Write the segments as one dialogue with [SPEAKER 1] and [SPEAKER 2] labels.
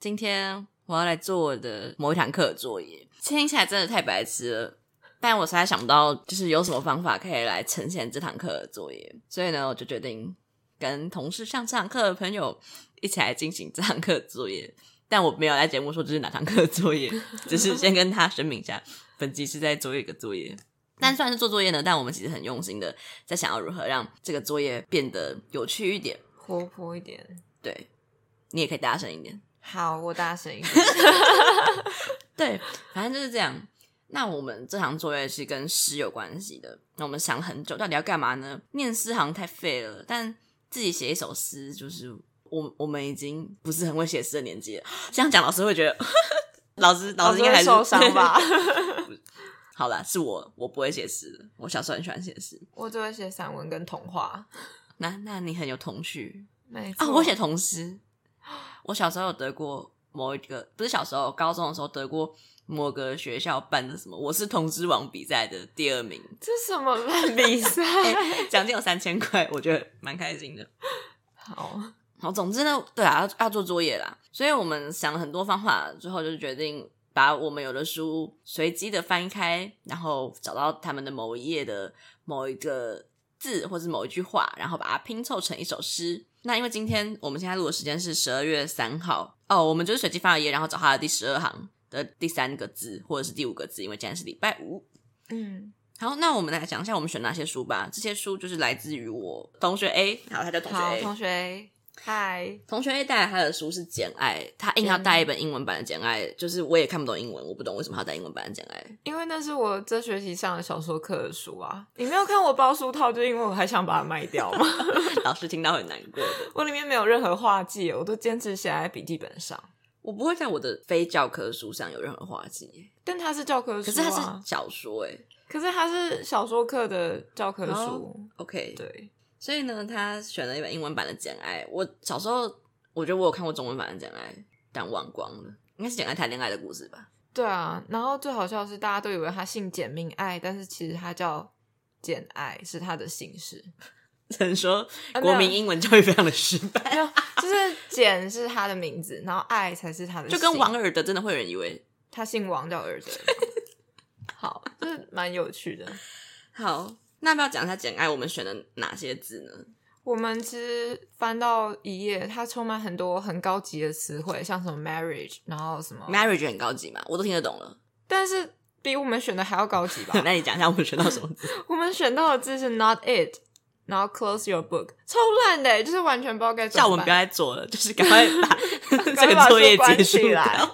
[SPEAKER 1] 今天我要来做我的某一堂课的作业，听起来真的太白痴了。但我实在想不到，就是有什么方法可以来呈现这堂课的作业，所以呢，我就决定跟同事上这堂课的朋友一起来进行这堂课的作业。但我没有在节目说这是哪堂课的作业，只是先跟他声明一下，本集是在做一个作业。但虽然是做作业呢，但我们其实很用心的在想要如何让这个作业变得有趣一点。
[SPEAKER 2] 活泼一点。
[SPEAKER 1] 对，你也可以大声一点。
[SPEAKER 2] 好，我大声一点。
[SPEAKER 1] 对，反正就是这样。那我们这堂作业是跟诗有关系的。那我们想很久，到底要干嘛呢？念诗好像太废了，但自己写一首诗，就是我我们已经不是很会写诗的年纪了。这样讲，老师会觉得老师 老师应该还
[SPEAKER 2] 会
[SPEAKER 1] 是？
[SPEAKER 2] 受伤吧？
[SPEAKER 1] 好啦，是我我不会写诗的，我小时候很喜欢写诗。
[SPEAKER 2] 我只会写散文跟童话。
[SPEAKER 1] 那那你很有童趣
[SPEAKER 2] 没错，
[SPEAKER 1] 啊！我写童诗， 我小时候有得过某一个，不是小时候，高中的时候得过某个学校办的什么“我是童诗王”比赛的第二名，哎
[SPEAKER 2] 这什么 烂比赛？
[SPEAKER 1] 奖金有三千块，我觉得蛮开心的。
[SPEAKER 2] 好，
[SPEAKER 1] 好，总之呢，对啊，要要做作业啦，所以我们想了很多方法，最后就决定把我们有的书随机的翻开，然后找到他们的某一页的某一个字或是某一句话，然后把它拼凑成一首诗。那因为今天我们现在录的时间是十二月三号哦，我们就是随机翻了页，然后找它的第十二行的第三个字或者是第五个字，因为今天是礼拜五。
[SPEAKER 2] 嗯，
[SPEAKER 1] 好，那我们来讲一下我们选哪些书吧。这些书就是来自于我同学 A，好，他叫同学
[SPEAKER 2] 好，
[SPEAKER 1] A，
[SPEAKER 2] 同学，嗨，
[SPEAKER 1] 同学 A 带来他的书是《简爱》，他硬要带一本英文版的《简爱》，就是我也看不懂英文，我不懂为什么他带英文版的《简爱》。
[SPEAKER 2] 因为那是我这学期上的小说课的书啊。你没有看我包书套，就因为我还想把它卖掉嘛。
[SPEAKER 1] 老师听到很难过的。
[SPEAKER 2] 我里面没有任何画技，我都坚持写在笔记本上。
[SPEAKER 1] 我不会在我的非教科书上有任何画技，
[SPEAKER 2] 但它是教科书、啊，
[SPEAKER 1] 可是它是小说哎、
[SPEAKER 2] 可是它是小说课的教科书，
[SPEAKER 1] 哦 OK，
[SPEAKER 2] 对，
[SPEAKER 1] 所以呢，他选了一本英文版的《简爱》。我小时候我觉得我有看过中文版的《简爱》，但忘光了，应该是《简爱》谈恋爱的故事吧？
[SPEAKER 2] 对啊。然后最好笑的是，大家都以为他姓简命爱，但是其实他叫简爱，是他的姓氏。
[SPEAKER 1] 只能说
[SPEAKER 2] 啊
[SPEAKER 1] 国
[SPEAKER 2] 没有
[SPEAKER 1] 民英文教育非常的失败，
[SPEAKER 2] 没有，就是简是他的名字，然后爱才是他的姓，
[SPEAKER 1] 就跟王尔德真的会有人以为
[SPEAKER 2] 他姓王叫儿子嘛。好，这蛮有趣的。
[SPEAKER 1] 好，那要不要讲一下《简爱》我们选的哪些字呢？
[SPEAKER 2] 我们其实翻到一页，它充满很多很高级的词汇，像什么 marriage，然后什么，
[SPEAKER 1] marriage 很高级嘛，我都听得懂 了。
[SPEAKER 2] 但是比我们选的还要高级吧
[SPEAKER 1] ？那你讲一下我们学到什 么字？
[SPEAKER 2] 我们选到的字是 not it，然后 close your book，超烂的欸，就是完全不知道该怎
[SPEAKER 1] 叫我
[SPEAKER 2] 么
[SPEAKER 1] 们
[SPEAKER 2] 办。
[SPEAKER 1] 不要再做了，就是赶快 把这
[SPEAKER 2] 快
[SPEAKER 1] 个
[SPEAKER 2] 把
[SPEAKER 1] 作业
[SPEAKER 2] 书关
[SPEAKER 1] 结束
[SPEAKER 2] 起
[SPEAKER 1] 掉
[SPEAKER 2] 来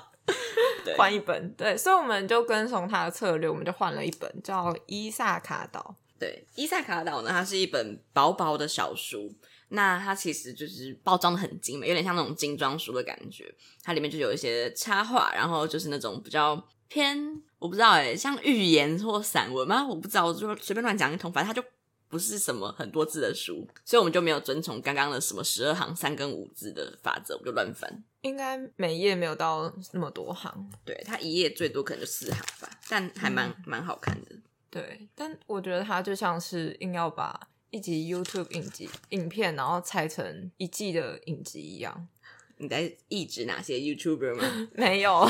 [SPEAKER 1] 对，
[SPEAKER 2] 换一本，对，所以我们就跟从他的策略，我们就换了一本叫《伊萨卡岛
[SPEAKER 1] 对，《伊萨卡岛》呢，它是一本薄薄的小书。那它其实就是包装的很精美，有点像那种精装书的感觉。它里面就有一些插画，然后就是那种比较偏，我不知道哎、像寓言或散文吗？我不知道，我就随便乱讲一通。反正它就不是什么很多字的书，所以我们就没有遵从刚刚的什么十二行、三跟五字的法则，我们就乱翻。》，
[SPEAKER 2] 应该每页没有到那么多行，
[SPEAKER 1] 对，它一页最多可能就四行吧，但还蛮
[SPEAKER 2] 嗯
[SPEAKER 1] 蛮、好看的。
[SPEAKER 2] 对，但我觉得他就像是硬要把一集 YouTube 影集影片，然后拆成一季的影集一样，
[SPEAKER 1] 你在抑制哪些 YouTuber 吗？
[SPEAKER 2] 没有，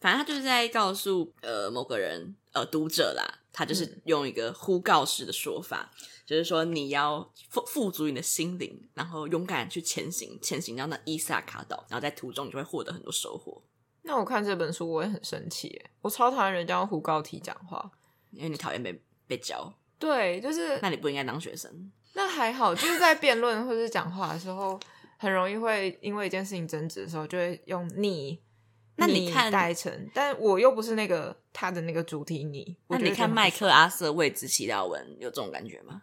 [SPEAKER 1] 反正他就是在告诉呃某个人呃读者啦，他
[SPEAKER 2] 嗯
[SPEAKER 1] 就是用一个呼告式的说法，就是说你要富富足你的心灵，然后勇敢去前行，前行到那伊萨卡岛，然后在途中你就会获得很多收获，
[SPEAKER 2] 那我看这本书我也很生气耶，我超讨厌人家用胡高体讲话。
[SPEAKER 1] 因为你讨厌被被教，
[SPEAKER 2] 对，就是
[SPEAKER 1] 那你不应该当学生。
[SPEAKER 2] 那还好，就是在辩论或是讲话的时候，很容易会因为一件事情争执的时候，就会用你。
[SPEAKER 1] 那你看
[SPEAKER 2] 代成，但我又不是那个他的那个主体你。我
[SPEAKER 1] 那
[SPEAKER 2] 就
[SPEAKER 1] 你
[SPEAKER 2] 觉得
[SPEAKER 1] 看
[SPEAKER 2] 很
[SPEAKER 1] 麦
[SPEAKER 2] 不爽，
[SPEAKER 1] 克阿瑟为之祈祷文有这种感觉吗？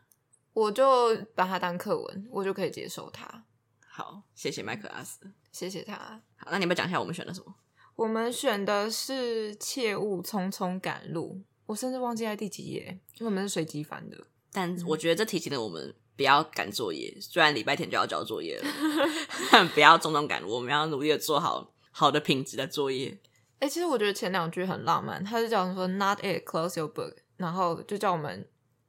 [SPEAKER 2] 我就把它当课文，我就可以接受它。
[SPEAKER 1] 好，谢谢麦克阿瑟。
[SPEAKER 2] 谢谢他。
[SPEAKER 1] 好，那你们讲一下我们选了什么？
[SPEAKER 2] 我们选的是《切勿匆匆赶路》，我甚至忘记在第几页，因为我们是随机翻的。
[SPEAKER 1] 但我觉得这提醒了我们不要赶作业，虽然礼拜天就要交作业了， 但不要匆匆赶路，我们要努力的做好好的品质的作业。
[SPEAKER 2] 哎、其实我觉得前两句很浪漫，他就叫我们说 “Not it, close your book”，然后就叫我们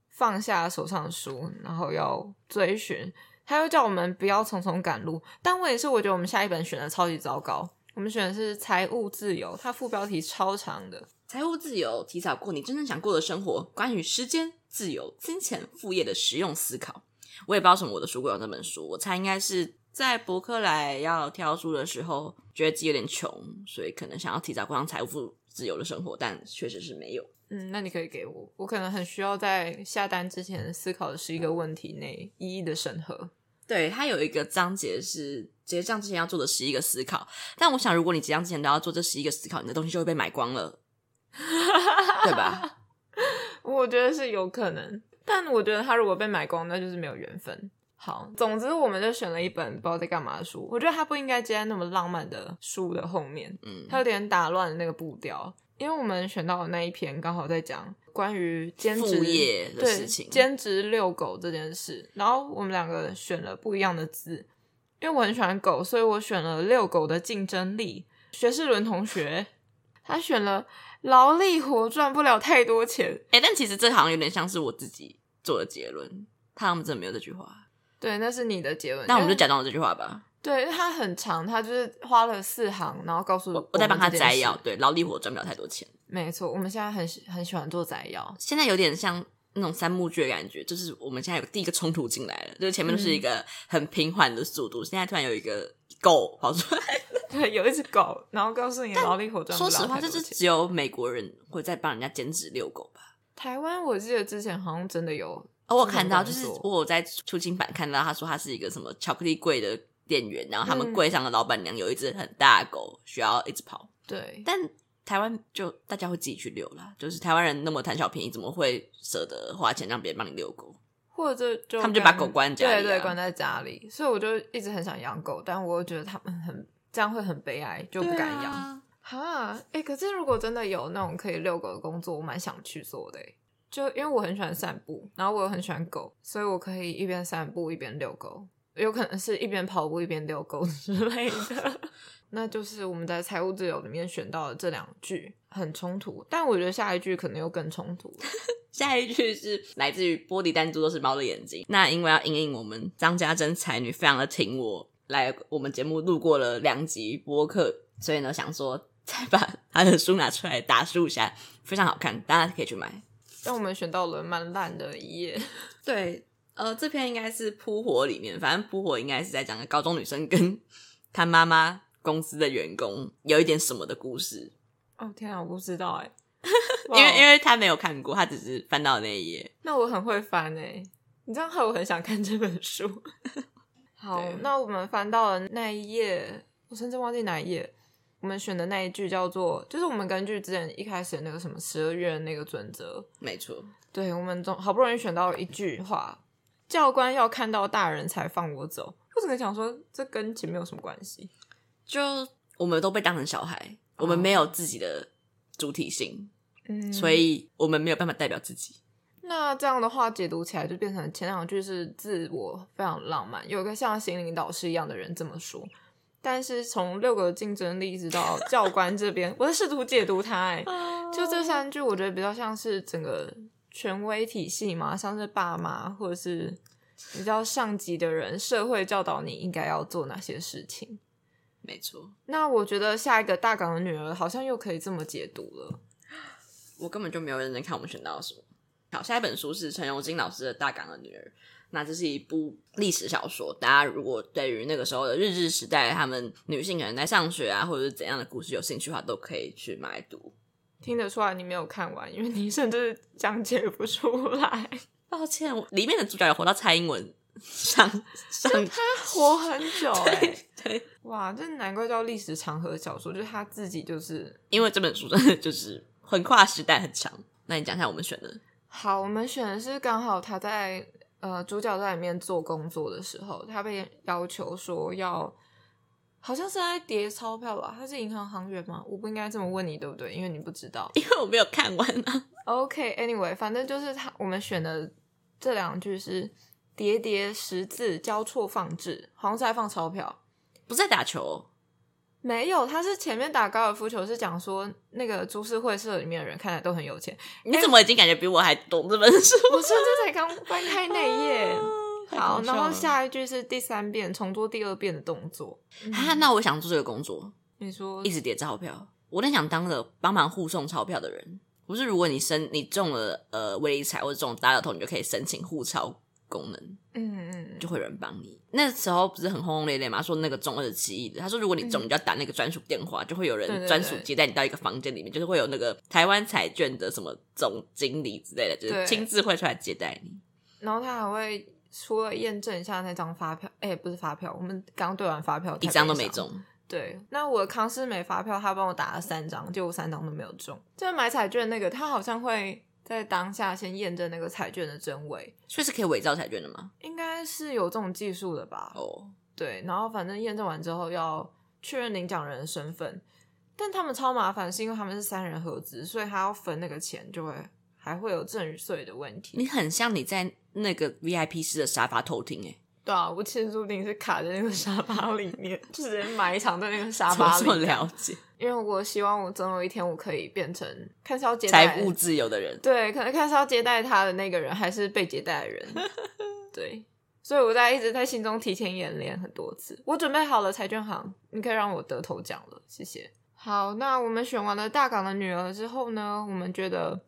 [SPEAKER 2] 放下手上的书，然后要追寻他又叫我们不要匆匆赶路，但问题是，我觉得我们下一本选的超级糟糕。我们选的是财务自由，它副标题超长的，
[SPEAKER 1] 财务自由，提早过你真正想过的生活。关于时间、自由、金钱、副业的实用思考。我也不知道为什么我的书柜有这本书，我猜应该是在伯克莱要挑书的时候，觉得自己有点穷，所以可能想要提早过上财务自由的生活，但确实是没有。
[SPEAKER 2] 嗯，那你可以给我，我可能很需要在下单之前思考的十一个问题内一一的审核。
[SPEAKER 1] 对，它有一个章节是结账之前要做的十一个思考，但我想如果你结账之前都要做这十一个思考，你的东西就会被买光了，对吧？
[SPEAKER 2] 我觉得是有可能，但我觉得他如果被买光，那就是没有缘分。好，总之我们就选了一本不知道在干嘛的书，我觉得它不应该接在那么浪漫的书的后面，
[SPEAKER 1] 嗯，
[SPEAKER 2] 它有点打乱了那个步调。因为我们选到的那一篇刚好在讲关于兼职
[SPEAKER 1] 副业的
[SPEAKER 2] 对
[SPEAKER 1] 事情
[SPEAKER 2] 兼职遛狗这件事，然后我们两个选了不一样的字，因为我很喜欢狗，所以我选了遛狗的竞争力。学士伦同学他选了劳力活赚不了太多钱，
[SPEAKER 1] 哎、但其实这好像有点像是我自己做的结论，他们真的没有这句话，
[SPEAKER 2] 对，那是你的结论。
[SPEAKER 1] 那我们就
[SPEAKER 2] 因为
[SPEAKER 1] 假装有这句话吧。
[SPEAKER 2] 对，因为它很长，它就是花了四行，然后告诉
[SPEAKER 1] 我我再帮他
[SPEAKER 2] 们这件
[SPEAKER 1] 摘
[SPEAKER 2] 事
[SPEAKER 1] 要，。对，劳力活赚不了太多钱，
[SPEAKER 2] 没错，我们现在很喜很喜欢做摘要。
[SPEAKER 1] 现在有点像。那种三幕剧的感觉，就是我们现在有第一个冲突进来了，就是前面都是一
[SPEAKER 2] 嗯
[SPEAKER 1] 个很平缓的速度，现在突然有一个狗跑出来，
[SPEAKER 2] 对，有一只狗，然后告诉你劳力活赚不
[SPEAKER 1] 说
[SPEAKER 2] 了
[SPEAKER 1] 实话，
[SPEAKER 2] 太
[SPEAKER 1] 这
[SPEAKER 2] 多
[SPEAKER 1] 是
[SPEAKER 2] 钱
[SPEAKER 1] 只有美国人会在帮人家兼职遛狗吧？
[SPEAKER 2] 台湾，我记得之前好像真的有
[SPEAKER 1] 哦，我
[SPEAKER 2] 这种
[SPEAKER 1] 看到，就
[SPEAKER 2] 工
[SPEAKER 1] 是
[SPEAKER 2] 作
[SPEAKER 1] 我有在出清版看到，他说他是一个什么巧克力柜的店员，然后他们
[SPEAKER 2] 嗯
[SPEAKER 1] 柜上的老板娘有一只很大的狗，需要一直跑。
[SPEAKER 2] 对，
[SPEAKER 1] 但台湾就大家会自己去遛啦，就是台湾人那么贪小便宜，怎么会舍得花钱让别人帮你遛狗？
[SPEAKER 2] 或者就
[SPEAKER 1] 他们就
[SPEAKER 2] 跟
[SPEAKER 1] 把狗关家里
[SPEAKER 2] 对对，
[SPEAKER 1] 啊
[SPEAKER 2] 关在家里。所以我就一直很想养狗，但我又觉得他们很这样会很悲哀，就
[SPEAKER 1] 都
[SPEAKER 2] 不敢养。。哈，哎、可是如果真的有那种可以遛狗的工作，我蛮想去做的欸。就因为我很喜欢散步，然后我又很喜欢狗，所以我可以一边散步一边遛狗，有可能是一边跑步一边遛狗之类的。 那就是我们在财务自由里面选到的这两句很冲突，但我觉得下一句可能又更冲突了。
[SPEAKER 1] 下一句是来自于玻璃弹珠都是猫的眼睛。那因为要应应我们张家珍才女非常的挺我，来我们节目录过了两集播客，所以呢想说 再把她的书拿出来打书一下，非常好看，大家可以去买。
[SPEAKER 2] 但我们选到了蛮烂的一页，
[SPEAKER 1] 对，呃，这篇应该是扑火里面，反正扑火应该是在讲个高中女生跟她妈妈公司的员工有一点什么的故事，哦
[SPEAKER 2] 哦天啊，我不知道 哎、
[SPEAKER 1] 因为因
[SPEAKER 2] 为
[SPEAKER 1] 为她没有看过，她只是翻到那一页。
[SPEAKER 2] 那我很会翻哎、你这样害我很想看这本书。 好
[SPEAKER 1] 对，
[SPEAKER 2] 那我们翻到了那一页，我甚至忘记哪一页。我们选的那一句叫做，就是我们根据之前一开始的那个什么十二月的那个准则，
[SPEAKER 1] 没错，
[SPEAKER 2] 对我们总好不容易选到一句话，教官要看到大人才放我走。我整个想说，这跟前面有什么关系？
[SPEAKER 1] 就我们都被当成小孩，我们没有自己的主体性，
[SPEAKER 2] 哦嗯，
[SPEAKER 1] 所以我们没有办法代表自己。
[SPEAKER 2] 那这样的话，解读起来就变成前两句是自我非常浪漫，有一个像心灵导师一样的人这么说。但是从六个竞争力一直到教官这边， 我在试图解读它、哎，就这三句，我觉得比较像是整个权威体系嘛，像是爸妈或者是比较上级的人，社会教导你应该要做哪些事情。
[SPEAKER 1] 没错，
[SPEAKER 2] 那我觉得下一个大港的女儿好像又可以这么解读了。
[SPEAKER 1] 我根本就没有认真看我们选到了什么。好，下一本书是陈荣金老师的《大港的女儿》，那这是一部历史小说。大家如果对于那个时候的日治时代，他们女性可能在上学啊，或者是怎样的故事有兴趣的话，都可以去买来读。
[SPEAKER 2] 听得出来你没有看完，因为你甚至讲解不出来。
[SPEAKER 1] 抱歉，我里面的主角有活到蔡英文上上
[SPEAKER 2] 他活很久、欸，
[SPEAKER 1] 对，
[SPEAKER 2] 哇，这难怪叫历史长河小说，就是他自己就是。
[SPEAKER 1] 因为这本书真的就是横跨时代很长。那你讲一下我们选的
[SPEAKER 2] 好，我们选的是刚好他在呃主角在里面做工作的时候，他被要求说要，好像是在叠钞票吧？他是银行行员吗？我不应该这么问你，对不对？因为你不知道。
[SPEAKER 1] 因为我没有看完啊。
[SPEAKER 2] OK，Anyway，、反正就是他我们选的这两句是叠叠十字交错放置，好像是在放钞票。
[SPEAKER 1] 不是在打球，哦
[SPEAKER 2] 没有，他是前面打高尔夫球是讲说那个株式会社里面的人看起来都很有钱，
[SPEAKER 1] 你怎么已经感觉比我还懂这本书？
[SPEAKER 2] 我甚至才刚翻开那一页。好，
[SPEAKER 1] 搞笑
[SPEAKER 2] 然后
[SPEAKER 1] 了
[SPEAKER 2] 下一句是第三遍重做第二遍的动作。嗯
[SPEAKER 1] 啊，那我想做这个工作，
[SPEAKER 2] 你说
[SPEAKER 1] 一直叠钞票。我在想当个帮忙护送钞票的人，不是？如果你申你中了呃威力彩或者中了大乐透，你就可以申请护钞功能，
[SPEAKER 2] 嗯嗯
[SPEAKER 1] 就会有人帮你。那时候不是很轰轰烈烈嘛，说那个中二十七亿的，他说如果你中，
[SPEAKER 2] 嗯
[SPEAKER 1] 你就要打那个专属电话，就会有
[SPEAKER 2] 对对
[SPEAKER 1] 人
[SPEAKER 2] 对
[SPEAKER 1] 专属接待你到一个房间里面，就是会有那个台湾彩券的什么总经理之类的，就
[SPEAKER 2] 对
[SPEAKER 1] 是亲自会出来接待你。
[SPEAKER 2] 然后他还会除了验证一下那张发票，哎、不是发票，我们刚对完发票，
[SPEAKER 1] 一张都没。中，
[SPEAKER 2] 对，那我的康师美发票他帮我打了三张，结果三张都没有中。就是买彩券那个，他好像会在当下先验证那个彩券的真伪，
[SPEAKER 1] 所以是可以伪造彩券的吗？
[SPEAKER 2] 应该是有这种技术的吧？
[SPEAKER 1] 哦，
[SPEAKER 2] 对，然后反正验证完之后要确认领奖人的身份，但他们超麻烦，是因为他们是三人合资，所以他要分那个钱，就会还会有赠与税的问题。
[SPEAKER 1] 你很像你在那个 VIP 室的沙发偷听、欸，
[SPEAKER 2] 对啊，我其实注定是卡在那个沙发里面，就直接埋藏在那个沙
[SPEAKER 1] 怎么
[SPEAKER 2] 发
[SPEAKER 1] 这么
[SPEAKER 2] 里。
[SPEAKER 1] 了解？
[SPEAKER 2] 因为我希望我总有一天我可以变成看是要接待
[SPEAKER 1] 财务自由的人，
[SPEAKER 2] 对，可能看是要接待他的那个人，还是被接待的人。对，所以我在一直在心中提前演练很多次。我准备好了，彩券行，你可以让我得头奖了，谢谢。好，那我们选完了大港的女儿之后呢，我们觉得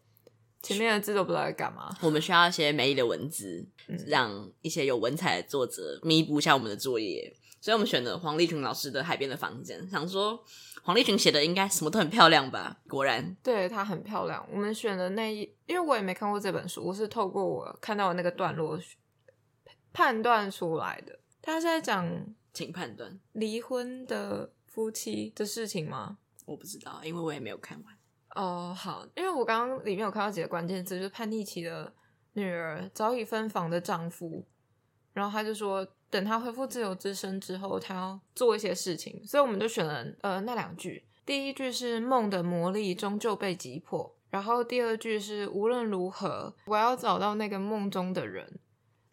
[SPEAKER 2] 前面的字都不知道在干嘛。
[SPEAKER 1] 我们需要一些美丽的文字，
[SPEAKER 2] 嗯
[SPEAKER 1] 让一些有文采的作者弥补一下我们的作业。所以我们选了黄立群老师的《海边的房间》，想说黄立群写的应该什么都很漂亮吧？果然，
[SPEAKER 2] 对，它很漂亮。我们选的那一，因为我也没看过这本书，我是透过我看到的那个段落判断出来的。他是在讲
[SPEAKER 1] 请判断。
[SPEAKER 2] 离婚的夫妻的事情吗？
[SPEAKER 1] 我不知道，因为我也没有看完。
[SPEAKER 2] 哦，好，因为我刚刚里面有看到几个关键字，就是叛逆期的女儿，早已分房的丈夫，然后他就说，等她恢复自由之身之后，她要做一些事情，所以我们就选了呃那两句，第一句是梦的魔力终究被击破，然后第二句是无论如何，我要找到那个梦中的人。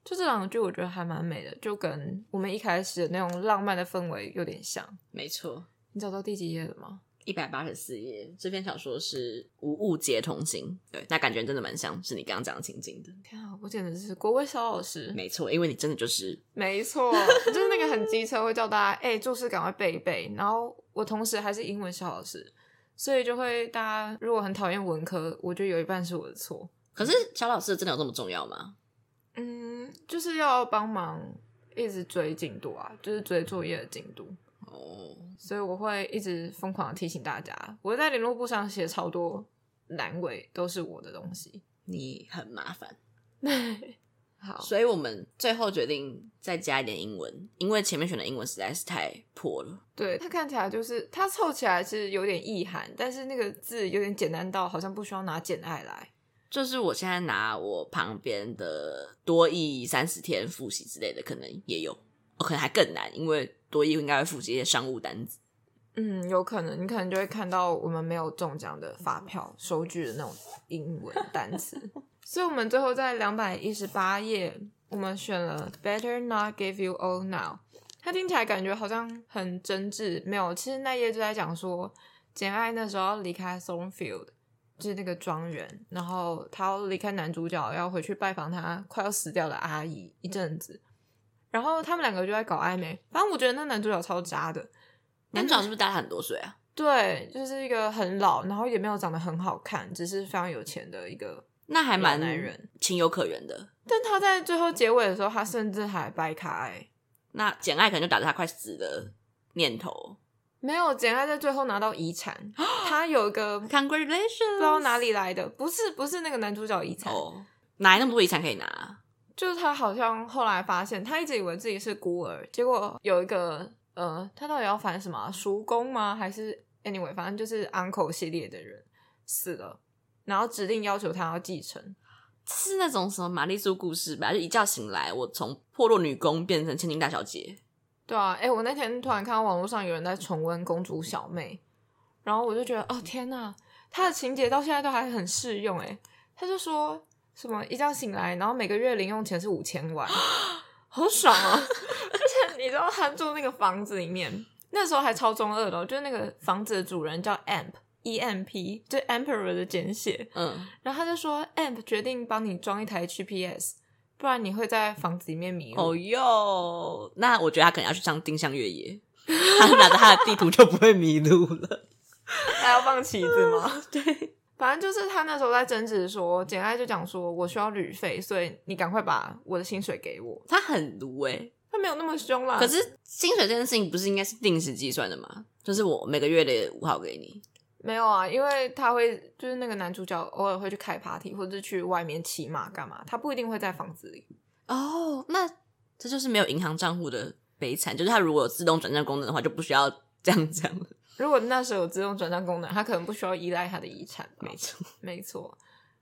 [SPEAKER 2] 就这两句，我觉得还蛮美的，就跟我们一开始的那种浪漫的氛围有点像。
[SPEAKER 1] 没错，
[SPEAKER 2] 你找到第几页了吗？
[SPEAKER 1] 一百八十四页，这篇小说是《无误解同行》。对，那感觉真的蛮像是你刚刚讲的情景的。
[SPEAKER 2] 天啊，我简直是国威小老师。
[SPEAKER 1] 没错，因为你真的就是
[SPEAKER 2] 没错，就是那个很机车，会叫大家哎、注释赶快背一背。然后我同时还是英文小老师，所以就会大家如果很讨厌文科，我觉得有一半是我的错。
[SPEAKER 1] 可是小老师真的有这么重要吗？
[SPEAKER 2] 嗯，就是要帮忙一直追进度啊，就是追作业的进度。
[SPEAKER 1] 哦，
[SPEAKER 2] 所以我会一直疯狂的提醒大家，我在联络簿上写超多难为都是我的东西。
[SPEAKER 1] 你很麻烦，
[SPEAKER 2] 好，
[SPEAKER 1] 所以我们最后决定再加一点英文，因为前面选的英文实在是太破了。
[SPEAKER 2] 对它看起来就是它凑起来是有点意涵，但是那个字有点简单到好像不需要拿简爱来。
[SPEAKER 1] 就是我现在拿我旁边的多译三十天复习之类的，可能也有，哦，可能还更难，因为多译应该会复习一些商务单子。
[SPEAKER 2] 嗯，有可能，你可能就会看到我们没有中奖的发票收据的那种英文单词。所以，我们最后在两百一十八页，我们选了 "Better not give you all now"，它听起来感觉好像很真挚，没有，其实那页就在讲说，简爱那时候要离开 s o n f i e l d 就是那个庄园，然后她要离开男主角，要回去拜访他快要死掉的阿姨一阵子，然后他们两个就在搞暧昧。反正我觉得那男主角超渣的。
[SPEAKER 1] 男主角是不是大他很多岁啊？
[SPEAKER 2] 对，就是一个很老，然后也没有长得很好看，只是非常有钱的一个。
[SPEAKER 1] 那还蛮
[SPEAKER 2] 老男人
[SPEAKER 1] 情有可原的。
[SPEAKER 2] 但他在最后结尾的时候，他甚至还掰卡、欸，
[SPEAKER 1] 那简爱可能就打着他快死的念头
[SPEAKER 2] 没有简爱在最后拿到遗产，他有一个不知
[SPEAKER 1] ，Congratulations，
[SPEAKER 2] 道哪里来的，不是不是那个男主角遗产，
[SPEAKER 1] 哦，哪来那么多遗产可以拿啊、
[SPEAKER 2] 就是他好像后来发现，他一直以为自己是孤儿，结果有一个呃，他到底要反什么啊、叔公吗？还是 anyway，反正就是 uncle 系列的人死了，然后指定要求他要继承。
[SPEAKER 1] 是那种什么玛丽苏故事吧？就一觉醒来，我从破落女工变成千金大小姐。
[SPEAKER 2] 对啊，哎、我那天突然看到网络上有人在重温《公主小妹》，然后我就觉得，哦天呐，它的情节到现在都还很适用。哎，他就说什么一觉醒来，然后每个月零用钱是五千万，好爽哦！ 而且你知道他住那个房子里面，那时候还超中二的、哦，就是那个房子的主人叫 Amp。E M P 就是 Emperor 的简写，
[SPEAKER 1] 嗯，
[SPEAKER 2] 然后他就说 Amp 决定帮你装一台 GPS，不然你会在房子里面迷路。
[SPEAKER 1] 哦哟，那我觉得他可能要去上定向越 野，他拿着他的地图就不会迷路了。
[SPEAKER 2] 还要放旗子吗？
[SPEAKER 1] 对，
[SPEAKER 2] 反正就是他那时候在争执说，简爱就讲说我需要旅费，所以你赶快把我的薪水给我。
[SPEAKER 1] 他很毒哎、
[SPEAKER 2] 他没有那么凶啦，
[SPEAKER 1] 可是薪水这件事情不是应该是定时计算的吗？就是我每个月的五号给你，
[SPEAKER 2] 没有啊，因为他会就是那个男主角偶尔会去开 party 或者是去外面骑马干嘛，他不一定会在房子里。
[SPEAKER 1] 哦，那这就是没有银行账户的悲惨，就是它如果有自动转账功能的话，就不需要这样这样了。
[SPEAKER 2] 如果那时候有自动转账功能，他可能不需要依赖他的遗产吧。
[SPEAKER 1] 没错，
[SPEAKER 2] 没错。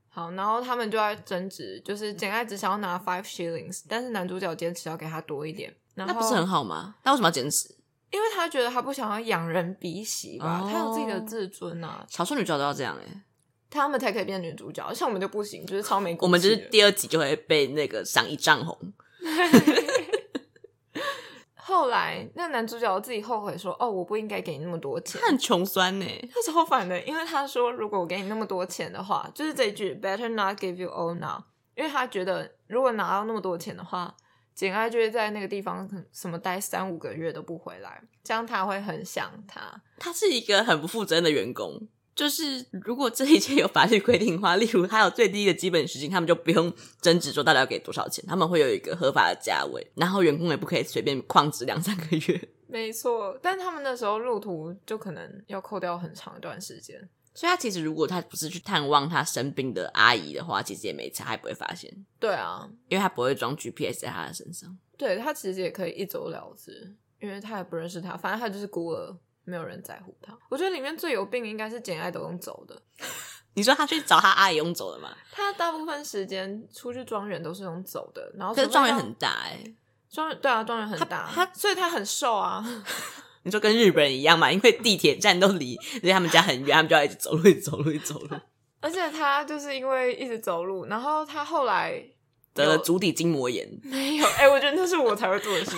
[SPEAKER 2] 好，然后他们就在争执，就是简爱只想要拿 five shillings，但是男主角坚持要给他多一点。然
[SPEAKER 1] 那
[SPEAKER 2] 后
[SPEAKER 1] 不是很好吗？那为什么要坚持？
[SPEAKER 2] 因为他觉得他不想要仰人鼻息吧，
[SPEAKER 1] 哦
[SPEAKER 2] 他有自己的自尊啊，
[SPEAKER 1] 少数女角都要这样哎、
[SPEAKER 2] 他们才可以变女主角，像我们就不行，就是超没骨气的。
[SPEAKER 1] 我们就是第二集就会被那个赏一丈红。
[SPEAKER 2] 后来那男主角自己后悔说：“哦，我不应该给你那么多钱。”
[SPEAKER 1] 他很穷酸呢、
[SPEAKER 2] 他超烦的，因为他说如果我给你那么多钱的话，就是这一句 “better not give you all now”，因为他觉得如果拿到那么多钱的话，简爱就会在那个地方可能什么待三五个月都不回来，这样他会很想他。
[SPEAKER 1] 他是一个很不负责任的员工。就是如果这一切有法律规定的话，例如他有最低的基本时薪，他们就不用争执说到底要给多少钱，他们会有一个合法的价位，然后员工也不可以随便旷职两三个月，
[SPEAKER 2] 没错，但他们那时候路途就可能要扣掉很长一段时间。
[SPEAKER 1] 所以他其实如果他不是去探望他生病的阿姨的话，其实也没差，他也不会发现，
[SPEAKER 2] 对啊，
[SPEAKER 1] 因为他不会装 GPS 在他的身上。
[SPEAKER 2] 对他其实也可以一走了之，因为他也不认识他，反正他就是孤儿，没有人在乎他。我觉得里面最有病应该是简爱都用走的，
[SPEAKER 1] 你说他去找他阿姨用走了吗？
[SPEAKER 2] 他大部分时间出去庄园都是用走的，然后
[SPEAKER 1] 哦可是
[SPEAKER 2] 除非
[SPEAKER 1] 庄园
[SPEAKER 2] 到
[SPEAKER 1] 很大哎、
[SPEAKER 2] 庄园对啊，庄园很大，
[SPEAKER 1] 他
[SPEAKER 2] 所以他很瘦啊，
[SPEAKER 1] 你说跟日本人一样嘛，因为地铁站都离离他们家很远，他们就要一直走路，一直走路，一直走路，
[SPEAKER 2] 而且他就是因为一直走路，然后他后来
[SPEAKER 1] 得了足底筋膜炎。
[SPEAKER 2] 没有，哎、我觉得那是我才会做的事，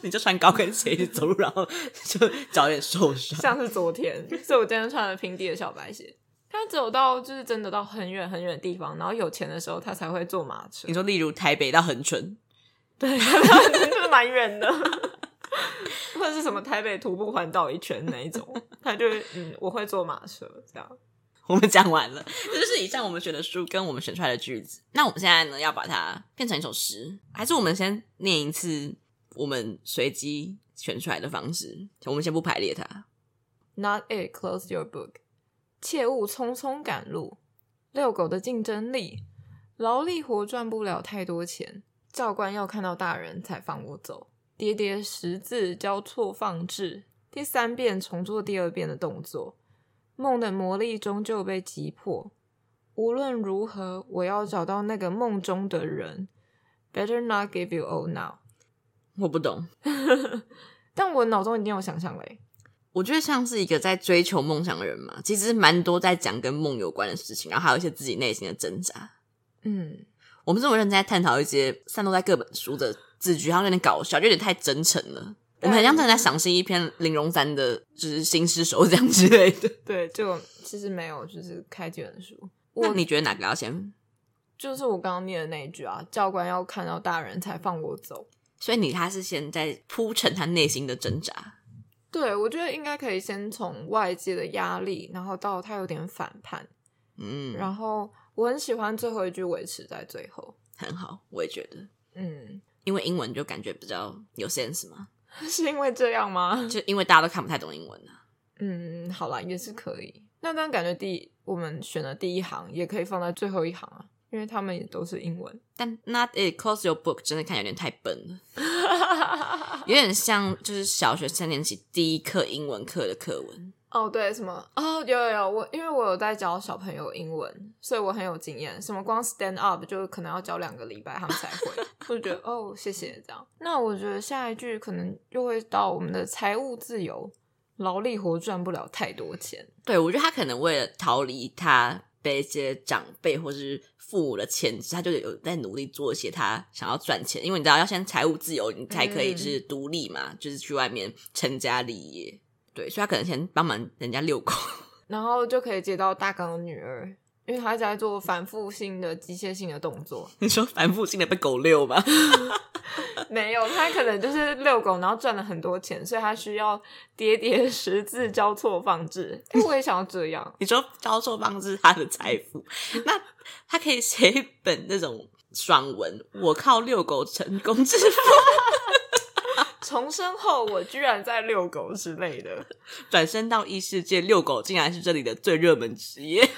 [SPEAKER 1] 你就穿高跟鞋一直走路，然后就脚有点受伤。
[SPEAKER 2] 像是昨天，所以我今天穿了平底的小白鞋。他走到就是真的到很远很远的地方，然后有钱的时候他才会坐马车
[SPEAKER 1] 你，说，例如台北到横春，
[SPEAKER 2] 就是蛮远的，或者是什么台北徒步环岛一圈那一种，他就会嗯，我会坐马车这样。
[SPEAKER 1] 我们讲完了，这就是以上我们选的书跟我们选出来的句子。那我们现在呢，要把它变成一首诗，还是我们先念一次我们随机选出来的方式？我们先不排列它。
[SPEAKER 2] Not it, close your book。切勿匆匆赶路。遛狗的竞争力，劳力活赚不了太多钱，教官要看到大人才放我走。叠叠十字交错放置，第三遍重做第二遍的动作。梦的魔力终究被击破。无论如何，我要找到那个梦中的人。Better not give you all now。
[SPEAKER 1] 我不懂，
[SPEAKER 2] 但我脑中已经有想象嘞、欸
[SPEAKER 1] 我觉得像是一个在追求梦想的人嘛，其实蛮多在讲跟梦有关的事情，然后还有一些自己内心的挣扎。
[SPEAKER 2] 嗯。
[SPEAKER 1] 我们这么认真在探讨一些散落在各本书的字句，好像有点搞笑，就有点太真诚了。我们很
[SPEAKER 2] 啊
[SPEAKER 1] 像真的在赏析一篇林荣三的，就是新诗手这样之类的。
[SPEAKER 2] 对，就其实没有，就是开几本书。
[SPEAKER 1] 那
[SPEAKER 2] 我
[SPEAKER 1] 你觉得哪个要先？
[SPEAKER 2] 就是我刚刚念的那一句啊，教官要看到大人才放我走。
[SPEAKER 1] 所以你他是先在铺陈他内心的挣扎。
[SPEAKER 2] 对，我觉得应该可以先从外界的压力，然后到他有点反叛，
[SPEAKER 1] 嗯，
[SPEAKER 2] 然后我很喜欢最后一句维持在最后。
[SPEAKER 1] 很好，我也觉得，
[SPEAKER 2] 嗯，
[SPEAKER 1] 因为英文就感觉比较有 sense 嘛，
[SPEAKER 2] 是因为这样吗？
[SPEAKER 1] 就因为大家都看不太懂英文啊。
[SPEAKER 2] 嗯，好啦，也是可以。那但感觉第我们选的第一行也可以放在最后一行啊，因为他们也都是英文。
[SPEAKER 1] 但 Not it close your book 真的看有点太笨了， 有点像就是小学三年级第一课英文课的课文。
[SPEAKER 2] 哦，对，什么？哦，有有有，我因为我有在教小朋友英文，所以我很有经验。什么光 stand up 就可能要教两个礼拜，他们才会。我就觉得哦，谢谢这样。那我觉得下一句可能又会到我们的财务自由，劳力活赚不了太多钱。
[SPEAKER 1] 对，我觉得他可能为了逃离他被一些长辈或是父母的牵制，他就有在努力做一些他想要赚钱，因为你知道要先财务自由，你才可以
[SPEAKER 2] 嗯
[SPEAKER 1] 就是独立嘛，就是去外面成家立业。对，所以他可能先帮忙人家遛狗。
[SPEAKER 2] 然后就可以接到大纲的女儿，因为他在做反复性的机械性的动作，
[SPEAKER 1] 你说反复性的被狗遛吗？
[SPEAKER 2] 没有，他可能就是遛狗，然后赚了很多钱，所以他需要叠叠 十字交错放置。哎、我也想要这样，
[SPEAKER 1] 你说销售方是他的财富，那他可以写一本那种爽文，我靠遛狗成功致富，
[SPEAKER 2] 重生后我居然在遛狗之类的。
[SPEAKER 1] 转身到异世界，遛狗竟然是这里的最热门职业。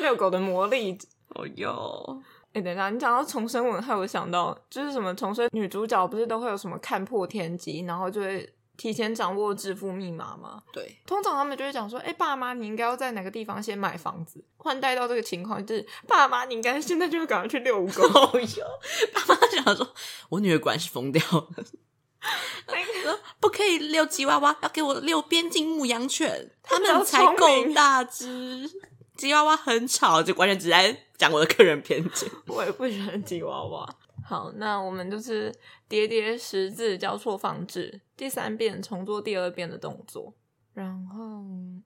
[SPEAKER 2] 遛狗的魔力。
[SPEAKER 1] 哦哟，
[SPEAKER 2] 哎、等一下，你讲到重生文，害我想到就是什么重生女主角不是都会有什么看破天机，然后就会提前掌握致富密码吗？
[SPEAKER 1] 对，
[SPEAKER 2] 通常他们就会讲说，哎、爸妈，你应该要在哪个地方先买房子。换代到这个情况，就是爸妈，你应该现在就要赶快去遛狗。
[SPEAKER 1] 哦哟，爸妈想说，我女儿果然是疯掉了，
[SPEAKER 2] 那个
[SPEAKER 1] 不可以遛吉娃娃，要给我遛边境牧羊犬，
[SPEAKER 2] 他
[SPEAKER 1] 它
[SPEAKER 2] 比
[SPEAKER 1] 们
[SPEAKER 2] 较
[SPEAKER 1] 才
[SPEAKER 2] 聪
[SPEAKER 1] 够
[SPEAKER 2] 明
[SPEAKER 1] 大只。吉娃娃很吵，就完全只在讲我的个人偏见。
[SPEAKER 2] 我也不喜欢吉娃娃。好，那我们就是叠叠十字交错放置，第三遍重做第二遍的动作。然后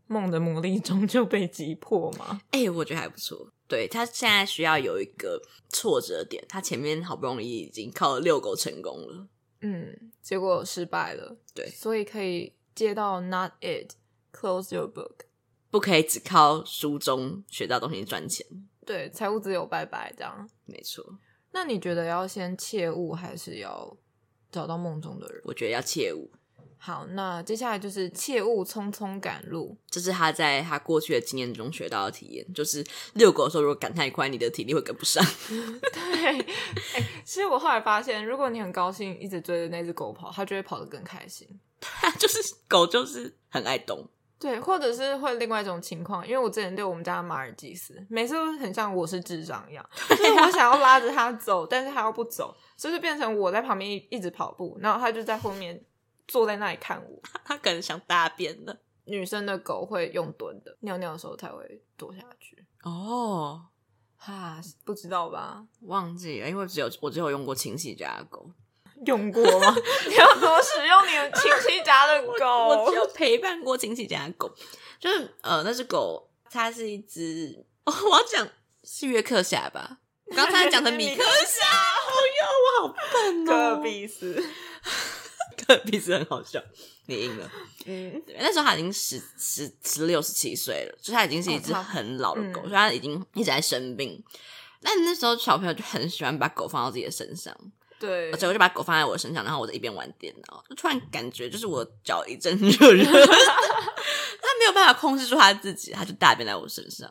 [SPEAKER 2] 梦的魔力终究被击破嘛？
[SPEAKER 1] 哎、我觉得还不错。对他现在需要有一个挫折点，他前面好不容易已经靠遛狗成功了，
[SPEAKER 2] 嗯，结果失败了。
[SPEAKER 1] 对
[SPEAKER 2] 所以可以接到 Not it, close your book。
[SPEAKER 1] 不可以只靠书中学到东西赚钱。
[SPEAKER 2] 对，财务自由，拜拜。这样，
[SPEAKER 1] 没错，
[SPEAKER 2] 那你觉得要先切勿，还是要找到梦中的人？
[SPEAKER 1] 我觉得要切勿，
[SPEAKER 2] 好，那接下来就是切勿匆匆赶路。
[SPEAKER 1] 这是他在他过去的经验中学到的体验，就是遛狗的时候如果赶太快，你的体力会跟不上。
[SPEAKER 2] 对，哎、其实我后来发现，如果你很高兴一直追着那只狗跑，它就会跑得更开心。
[SPEAKER 1] 他就是狗，就是很爱动。
[SPEAKER 2] 对，或者是会另外一种情况，因为我之前对我们家的马尔济斯，每次都很像我是智障 一样，
[SPEAKER 1] 啊
[SPEAKER 2] 就是我想要拉着它走，但是它又不走，就是变成我在旁边一一直跑步，然后它就在后面坐在那里看我。
[SPEAKER 1] 他可能想大便了。
[SPEAKER 2] 女生的狗会用蹲的，尿尿的时候才会坐下去。
[SPEAKER 1] 哦，
[SPEAKER 2] 哈，不知道吧？
[SPEAKER 1] 忘记了，因为只有我只有用过亲戚家的狗，
[SPEAKER 2] 用过吗？ 你要怎么使用你的亲戚家的狗？
[SPEAKER 1] 我 只有陪伴过亲戚家的狗，就是呃，那只狗它是一只，哦、我要讲是约克夏吧，我刚才讲的米 克夏，哦哟，我好笨
[SPEAKER 2] 戈
[SPEAKER 1] 哦，
[SPEAKER 2] 比斯。
[SPEAKER 1] 科比是很好笑，你赢了。
[SPEAKER 2] 嗯，
[SPEAKER 1] 对那时候它已经十十十六十七岁了，就是它已经是一只
[SPEAKER 2] 哦它
[SPEAKER 1] 很老的狗，所
[SPEAKER 2] 嗯
[SPEAKER 1] 以它已经一直在生病。但那时候小朋友就很喜欢把狗放到自己的身上，
[SPEAKER 2] 对
[SPEAKER 1] 而，且我就把狗放在我身上，然后我在一边玩电脑，就突然感觉就是我脚一阵热热，的， 它没有办法控制住它自己，它就大便在我身上。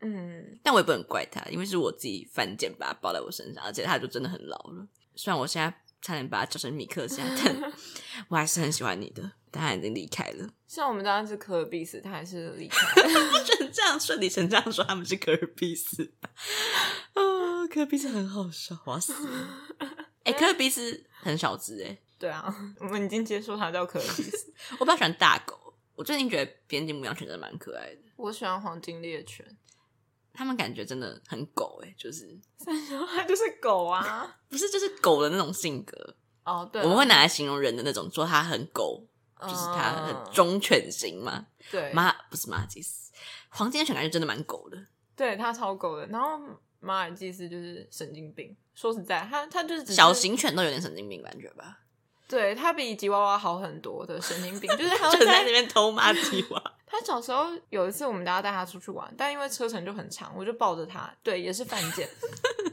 [SPEAKER 2] 嗯，
[SPEAKER 1] 但我也不能怪它，因为是我自己犯贱把它抱在我身上，而且它就真的很老了。虽然我现在差点把它叫成米克夏，但我还是很喜欢你的。但它已经离开了，
[SPEAKER 2] 像我们家那只科比斯，它还是离开了。
[SPEAKER 1] 不准这样顺理成章地说他们是科尔比斯吧？啊，科尔比斯很好笑，我要死了！哎、科尔比斯很小只哎、
[SPEAKER 2] 对啊， 我们已经接受它叫科比斯。
[SPEAKER 1] 我比较喜欢大狗，我最近觉得边境牧羊犬真的蛮可爱的，
[SPEAKER 2] 我喜欢黄金猎犬，
[SPEAKER 1] 它们感觉真的很狗哎、就是
[SPEAKER 2] 三小它就是狗啊。
[SPEAKER 1] 不是就是狗的那种性格，
[SPEAKER 2] 哦，对
[SPEAKER 1] 我
[SPEAKER 2] 了，
[SPEAKER 1] 们会拿来形容人的那种，说它很狗，就是它很
[SPEAKER 2] 嗯，
[SPEAKER 1] 忠犬型嘛。
[SPEAKER 2] 对，
[SPEAKER 1] 马不是马尔济斯，黄金猎犬感觉真的蛮狗的，
[SPEAKER 2] 对它超狗的。然后马尔济斯就是神经病。说实在，它它就是只是
[SPEAKER 1] 小，型犬都有点神经病感觉吧，
[SPEAKER 2] 对它比吉娃娃好很多的神经病，就是它
[SPEAKER 1] 就
[SPEAKER 2] 会
[SPEAKER 1] 在
[SPEAKER 2] 在
[SPEAKER 1] 那边偷骂吉娃。。
[SPEAKER 2] 他小时候有一次，我们大家带他出去玩，但因为车程就很长，我就抱着他，对，也是犯贱，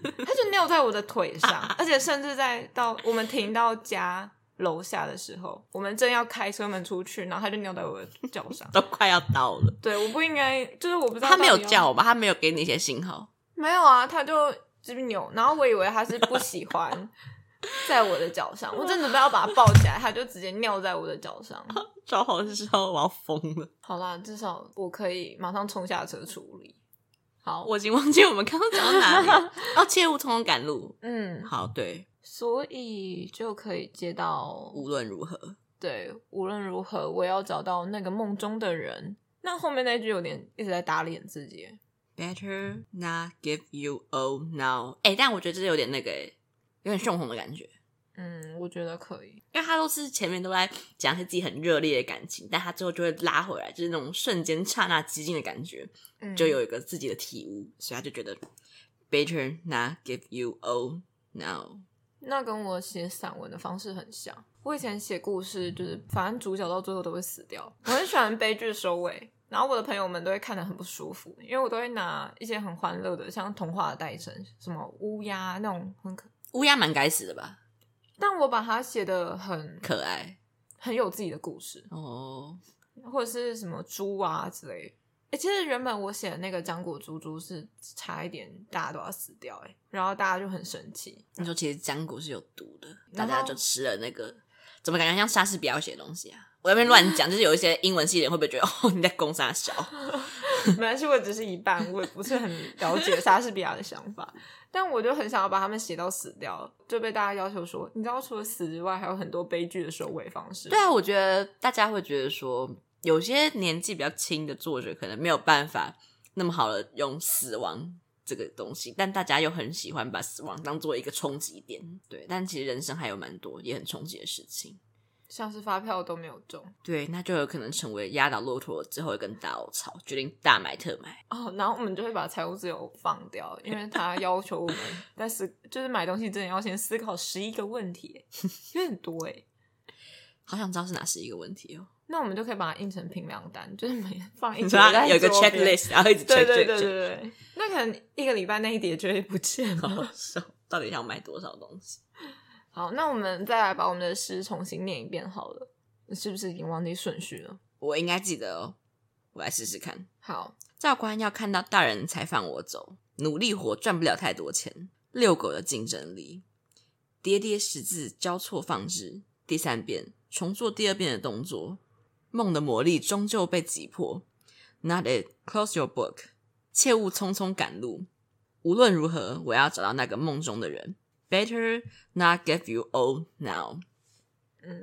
[SPEAKER 2] 他就尿在我的腿上，而且甚至在到我们停到家楼下的时候，我们正要开车门出去，然后他就尿在我的脚上
[SPEAKER 1] 都快要到了，
[SPEAKER 2] 对，我不应该，就是我不知道
[SPEAKER 1] 它没有
[SPEAKER 2] 到底要，
[SPEAKER 1] 叫吧？它没有给你一些信号，
[SPEAKER 2] 没有啊，他就这边扭，然后我以为他是不喜欢 在我的脚上，我正准备要把他抱起来，他就直接尿在我的脚上。
[SPEAKER 1] 超好笑，我要疯了！
[SPEAKER 2] 好啦，至少我可以马上冲下车处理。好，
[SPEAKER 1] 我已经忘记我们刚刚讲到哪 里，哦，切勿匆匆赶路。
[SPEAKER 2] 嗯，
[SPEAKER 1] 好，对，
[SPEAKER 2] 所以就可以接到
[SPEAKER 1] 无论如何，
[SPEAKER 2] 对，无论如何我要找到那个梦中的人。那后面那句有点一直在打脸自己，
[SPEAKER 1] Better not give you all now。哎、但我觉得这有点那个、欸，有点凶红的感觉。
[SPEAKER 2] 嗯，我觉得可以。
[SPEAKER 1] 因为他都是前面都在讲是自己很热烈的感情，但他最后就会拉回来，就是那种瞬间刹那激进的感觉，
[SPEAKER 2] 嗯，
[SPEAKER 1] 就有一个自己的体悟，所以他就觉得 better not give you all now。
[SPEAKER 2] 那跟我写散文的方式很像。我以前写故事，就是反正主角到最后都会死掉，我很喜欢悲剧收尾。然后我的朋友们都会看得很不舒服，因为我都会拿一些很欢乐的，像童话的代称，什么乌鸦那种很可，
[SPEAKER 1] 乌鸦蛮该死的吧？
[SPEAKER 2] 但我把它写的很
[SPEAKER 1] 可爱
[SPEAKER 2] 很有自己的故事，
[SPEAKER 1] 哦，
[SPEAKER 2] 或者是什么猪啊之类的。哎、其实原本我写的那个张果猪猪是差一点大家都要死掉、欸，哎，然后大家就很生气，
[SPEAKER 1] 你说其实江骨是有毒的，大
[SPEAKER 2] 然后
[SPEAKER 1] 家就吃了那个，怎么感觉像莎士比亚写的东西啊？我在那边乱讲，就是有一些英文系的人会不会觉得哦你在攻杀小？
[SPEAKER 2] 没关系，我只是一半，我也不是很了解莎士比亚的想法，但我就很想要把他们写到死掉，就被大家要求说，你知道除了死之外，还有很多悲剧的收尾方式。
[SPEAKER 1] 对啊，我觉得大家会觉得说，有些年纪比较轻的作者可能没有办法那么好的用死亡这个东西，但大家又很喜欢把死亡当做一个冲击点。对，但其实人生还有蛮多也很冲击的事情。
[SPEAKER 2] 像是发票都没有中
[SPEAKER 1] 对，那就有可能成为压倒骆驼的最后一根稻草，决定大买特买。
[SPEAKER 2] 哦，然后我们就会把财务自由放掉，因为他要求我们 在思，就是买东西之前要先思考十一个问题，有点多哎。
[SPEAKER 1] 好想知道是哪十一个问题哦。
[SPEAKER 2] 那我们就可以把它印成评量单，就是 每放一
[SPEAKER 1] 你说
[SPEAKER 2] 叠
[SPEAKER 1] 它
[SPEAKER 2] 哎在
[SPEAKER 1] 有一个
[SPEAKER 2] 桌边
[SPEAKER 1] checklist，然后一直 check
[SPEAKER 2] 对对
[SPEAKER 1] check
[SPEAKER 2] 对对
[SPEAKER 1] check，
[SPEAKER 2] 对，那可能一个礼拜那一叠就会不见 了。
[SPEAKER 1] 好笑。到底想买多少东西？
[SPEAKER 2] 好，那我们再来把我们的诗重新念一遍好了。你是不是已经忘记顺序了？
[SPEAKER 1] 我应该记得哦，我来试试看。
[SPEAKER 2] 好，
[SPEAKER 1] 教官要看到大人才放我走，努力活赚不了太多钱，遛狗的竞争力，叠叠十字交错放置，第三遍重做第二遍的动作，梦的魔力终究被击破。Not it, close your book，切勿匆匆赶路。无论如何，我要找到那个梦中的人。Better not give you all now。
[SPEAKER 2] 嗯，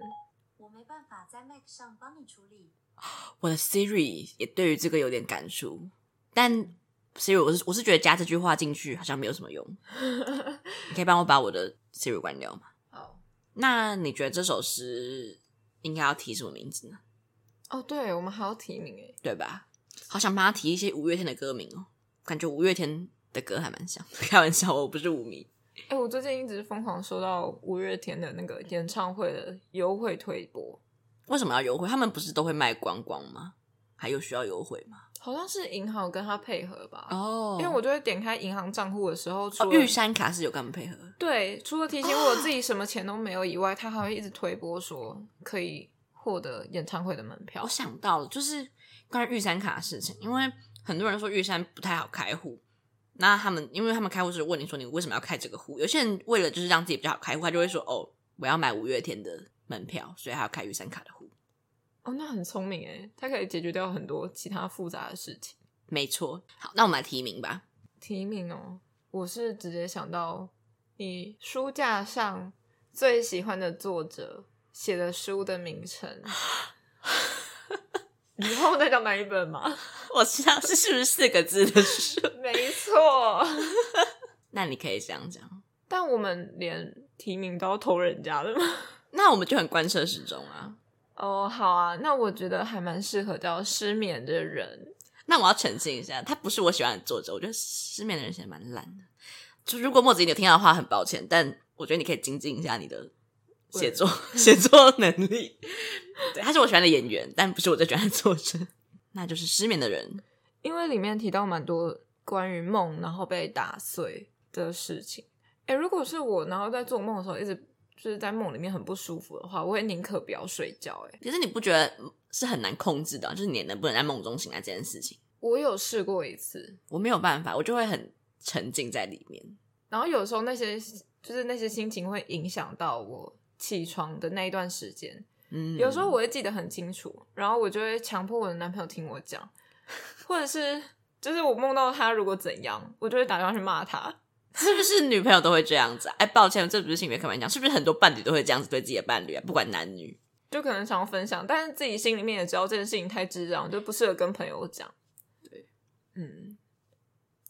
[SPEAKER 3] 我没办法在 Mac 上帮你处理。
[SPEAKER 1] 我的 Siri 也对于这个有点感触，但 Siri 我是我是觉得加这句话进去好像没有什 么用。你可以帮我把我的 Siri 关掉吗？
[SPEAKER 2] 好。
[SPEAKER 1] 那你觉得这首诗应该要提什么名字呢？
[SPEAKER 2] 哦，对，我们还要提名欸诶。
[SPEAKER 1] 对吧？好想帮他提一些五月天的歌名哦，感觉五月天的歌还蛮像。 开玩笑，我不是舞迷。
[SPEAKER 2] 诶，哎我最近一直疯狂收到五月天的那个演唱会的优惠推播，
[SPEAKER 1] 为什么要优惠？他们不是都会卖光光吗？还有需要优惠吗？
[SPEAKER 2] 好像是银行有跟他配合吧。
[SPEAKER 1] 哦
[SPEAKER 2] 因为我就会点开银行账户的时候，除
[SPEAKER 1] 哦
[SPEAKER 2] 了、
[SPEAKER 1] 玉山卡是有跟他们配合的，
[SPEAKER 2] 对，除了提醒我自己什么钱都没有以外，他还会一直推播说可以获得演唱会的门票
[SPEAKER 1] 我。想到了，就是关于玉山卡的事情，因为很多人说玉山不太好开户，那他们因为他们开户是问你说你为什么要开这个户，有些人为了就是让自己比较好开户，他就会说哦，我要买五月天的门票，所以他要开玉山卡的户。
[SPEAKER 2] 哦，那很聪明诶，他可以解决掉很多其他复杂的事情。
[SPEAKER 1] 没错，好，那我们来提名吧。
[SPEAKER 2] 提名哦，我是直接想到你书架上最喜欢的作者写的书的名称。以后再讲哪一本嘛？
[SPEAKER 1] 我知道是是不是四个字的书？
[SPEAKER 2] 没错，
[SPEAKER 1] 那你可以这样讲，
[SPEAKER 2] 但我们连提名都要投人家的吗？
[SPEAKER 1] 那我们就很贯彻始终啊。
[SPEAKER 2] 哦，好啊，那我觉得还蛮适合叫失眠的人。
[SPEAKER 1] 那我要澄清一下，他不是我喜欢的作者，我觉得失眠的人写得蛮烂的。就如果墨子你有听到的话，很抱歉，但我觉得你可以精进一下你的写 作写作能力。对，他是我喜欢的演员，但不是我最喜欢的作者。那就是失眠的人，
[SPEAKER 2] 因为里面提到蛮多关于梦然后被打碎的事情。诶，如果是我，然后在做梦的时候一直就是在梦里面很不舒服的话，我会宁可不要睡觉。诶，
[SPEAKER 1] 可是你不觉得是很难控制的啊、就是你能不能在梦中醒来这件事情，
[SPEAKER 2] 我有试过一次，
[SPEAKER 1] 我没有办法，我就会很沉浸在里面。
[SPEAKER 2] 然后有时候那些就是那些心情会影响到我起床的那一段时间。
[SPEAKER 1] 嗯，
[SPEAKER 2] 有时候我会记得很清楚，然后我就会强迫我的男朋友听我讲， 或者是就是我梦到他如果怎样，我就会打电话去骂他。
[SPEAKER 1] 是不是女朋友都会这样子、啊？哎，抱歉，这不是性别刻板印象，是不是很多伴侣都会这样子对自己的伴侣啊？不管男女，
[SPEAKER 2] 就可能想要分享，但是自己心里面也知道这件事情太智障，就不适合跟朋友讲。对，嗯，
[SPEAKER 1] 嗯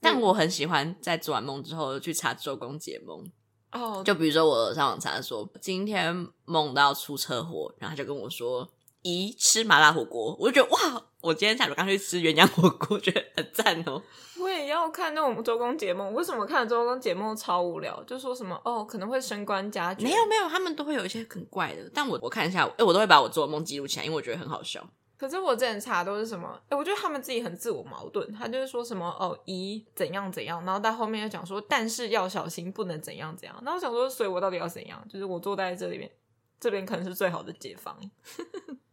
[SPEAKER 1] 但我很喜欢在做完梦之后去查周公解梦，
[SPEAKER 2] 啊哦，
[SPEAKER 1] 就比如说我上网查说今天梦到出车祸，然后他就跟我说咦吃麻辣火锅，我就觉得哇，我今天下午刚去吃鸳鸯火锅，觉得很赞哦。
[SPEAKER 2] 我也要看那种周公解梦，为什么看周公解梦超无聊？就说什么哦，可能会升官加 爵，
[SPEAKER 1] 没有。没有，他们都会有一些很怪的，但我我看一下，哎、我都会把我做的梦记录起来，因为我觉得很好笑。
[SPEAKER 2] 可是我之前查都是什么？哎，我觉得他们自己很自我矛盾，他就是说什么哦，咦怎样怎样，然后到后面又讲说，但是要小心，不能怎样怎样。那我想说，所以我到底要怎样？就是我坐在这里面，这边可能是最好的解放。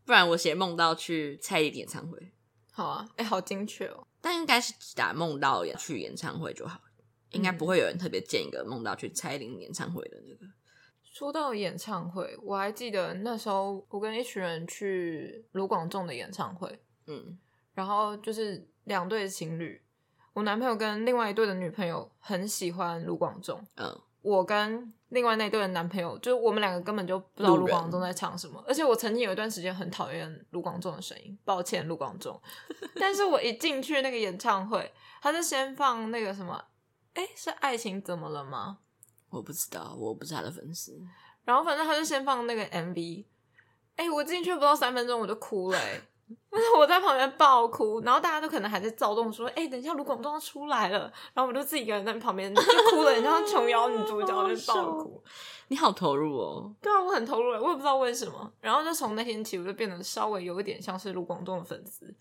[SPEAKER 1] 不然我写梦到去蔡依林演唱会，
[SPEAKER 2] 好啊，哎，好精确哦。
[SPEAKER 1] 但应该是打梦到演去演唱会就好，应该不会有人特别建一个梦到去蔡依林演唱会的那个。
[SPEAKER 2] 说到演唱会，我还记得那时候我跟一群人去卢广仲的演唱会，
[SPEAKER 1] 嗯，
[SPEAKER 2] 然后就是两对情侣，我男朋友跟另外一对的女朋友很喜欢卢广仲，
[SPEAKER 1] 嗯，
[SPEAKER 2] 我跟另外那对的男朋友，就是我们两个根本就不知道
[SPEAKER 1] 路人
[SPEAKER 2] 卢广仲在唱什么，而且我曾经有一段时间很讨厌卢广仲的声音，抱歉卢 广仲，但是我一进去那个演唱会，他是先放那个什么，哎，是爱情怎么了吗？
[SPEAKER 1] 我不知道，我不是他的粉丝。
[SPEAKER 2] 然后反正他就先放那个 MV，哎、我进去不到三分钟我就哭了、欸， 我在旁边爆哭，然后大家都可能还在躁动说，哎、等一下卢广仲要出来了，然后我就自己一个人在旁边就哭了，你像琼瑶女主角在爆
[SPEAKER 1] 哦
[SPEAKER 2] 哭，
[SPEAKER 1] 你好投入哦，
[SPEAKER 2] 对啊，我很投入、欸，我也不知道为什么，然后就从那天起我就变得稍微有一点像是卢广仲的粉丝，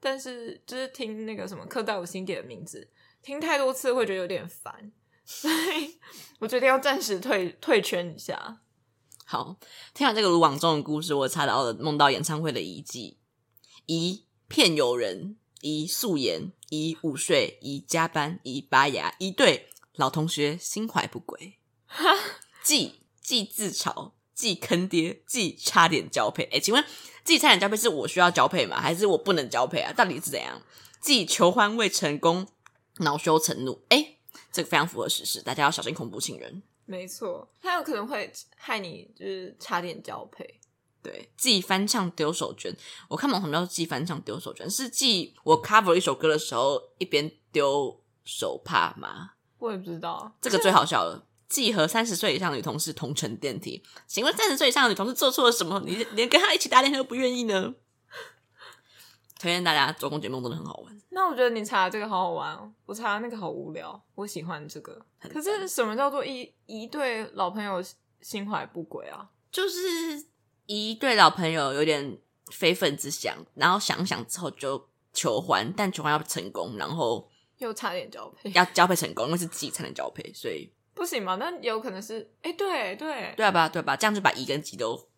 [SPEAKER 2] 但是就是听那个什么刻在我心底的名字，听太多次会觉得有点烦， 所以我决定要暂时退退圈一下。
[SPEAKER 1] 好，听完这个卢广仲的故事，我查到了梦到演唱会的遗迹：一骗友人，一素颜，一午睡，一加班，一拔牙，一对老同学心怀不轨， 既既自嘲，既坑爹，既差点交配。哎，请问既差点交配是我需要交配吗？还是我不能交配啊？到底是怎样？既求欢未成功，恼羞成怒。哎，这个非常符合实事，大家要小心恐怖情人。
[SPEAKER 2] 没错，他有可能会害你，就是差点交配。
[SPEAKER 1] 对，记翻唱丢手绢，我看网红叫记翻唱丢手绢，是记我 cover 一首歌的时候一边丢手帕吗？
[SPEAKER 2] 我也不知道，
[SPEAKER 1] 这个最好笑了。记和三十岁以上的女同事同乘电梯，请问三十岁以上的女同事做错了什么？你连跟她一起搭电梯都不愿意呢？ 推荐大家做公解梦真的很好玩，
[SPEAKER 2] 那我觉得你查的这个好好玩哦，我查的那个好无聊。我喜欢这个，
[SPEAKER 1] 很
[SPEAKER 2] 可是什么叫做一一对老朋友心怀不轨啊？
[SPEAKER 1] 就是一对老朋友有点非分之想，然后想想之后就求欢，但求欢要成功，然后
[SPEAKER 2] 又差点交配，
[SPEAKER 1] 要交配成功，因为是记才能交配，所以
[SPEAKER 2] 不行吧？那有可能是，哎、对对，
[SPEAKER 1] 对啊吧？对吧？这样就把一跟几都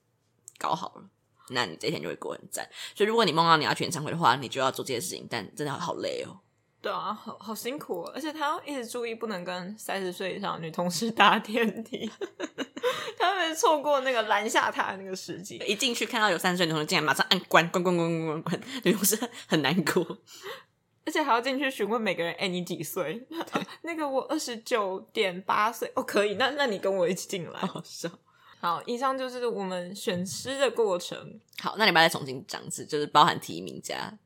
[SPEAKER 1] 搞好了，那你这一天就会过得很赞。所以如果你梦到你要去演唱会的话，你就要做这些事情，但真的好累哦。
[SPEAKER 2] 对啊，好好辛苦、哦，而且他要一直注意不能跟三十岁以上的女同事搭电梯， 他们错过那个拦下他的那个时机。
[SPEAKER 1] 一进去看到有三十岁女同学进来，马上按关关关关关关关，女同事很难过。
[SPEAKER 2] 而且还要进去询问每个人，哎、你几岁？ 那个我二十九点八岁，哦，可以，那那你跟我一起进来。
[SPEAKER 1] 好笑。
[SPEAKER 2] 好，以上就是我们选诗的过程。
[SPEAKER 1] 好，那你把它重新讲一次，就是包含提名加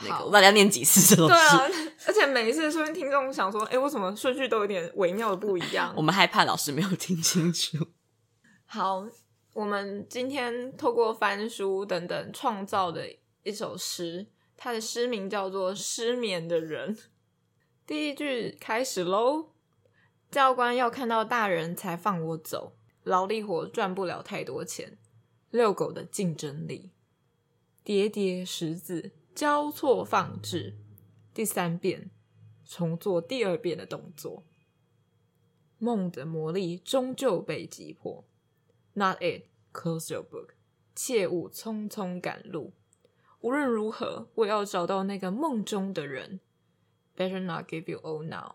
[SPEAKER 1] 那个，
[SPEAKER 2] 好
[SPEAKER 1] 我到底要念几次这种
[SPEAKER 2] 对
[SPEAKER 1] 事？
[SPEAKER 2] 啊，而且每一次说听众想说，哎、为什么顺序都有点微妙的不一样
[SPEAKER 1] 我？们害怕老师没有听清楚。
[SPEAKER 2] 好，我们今天透过翻书等等创造的一首诗，它的诗名叫做《失眠的人》。第一句开始喽，教官要看到大人才放我走，劳力活赚不了太多钱，遛狗的竞争力，叠叠十字交错放置，第三遍重做第二遍的动作。梦的魔力终究被击破。Not it, close your book，切勿匆匆赶路。无论如何，我要找到那个梦中的人。Better not give you all now。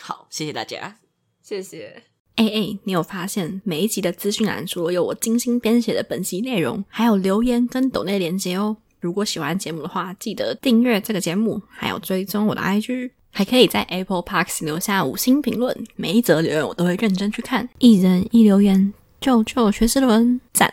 [SPEAKER 1] 好，谢谢大家。
[SPEAKER 2] 谢谢。
[SPEAKER 4] 哎哎，你有发现每一集的资讯栏除了有我精心编写的本集内容，还有留言跟抖内连接哦。如果喜欢节目的话，记得订阅这个节目，还有追踪我的 IG，还可以在 Apple Parks 留下五星评论，每一则留言我都会认真去看，一人一留言，救救学之伦，赞！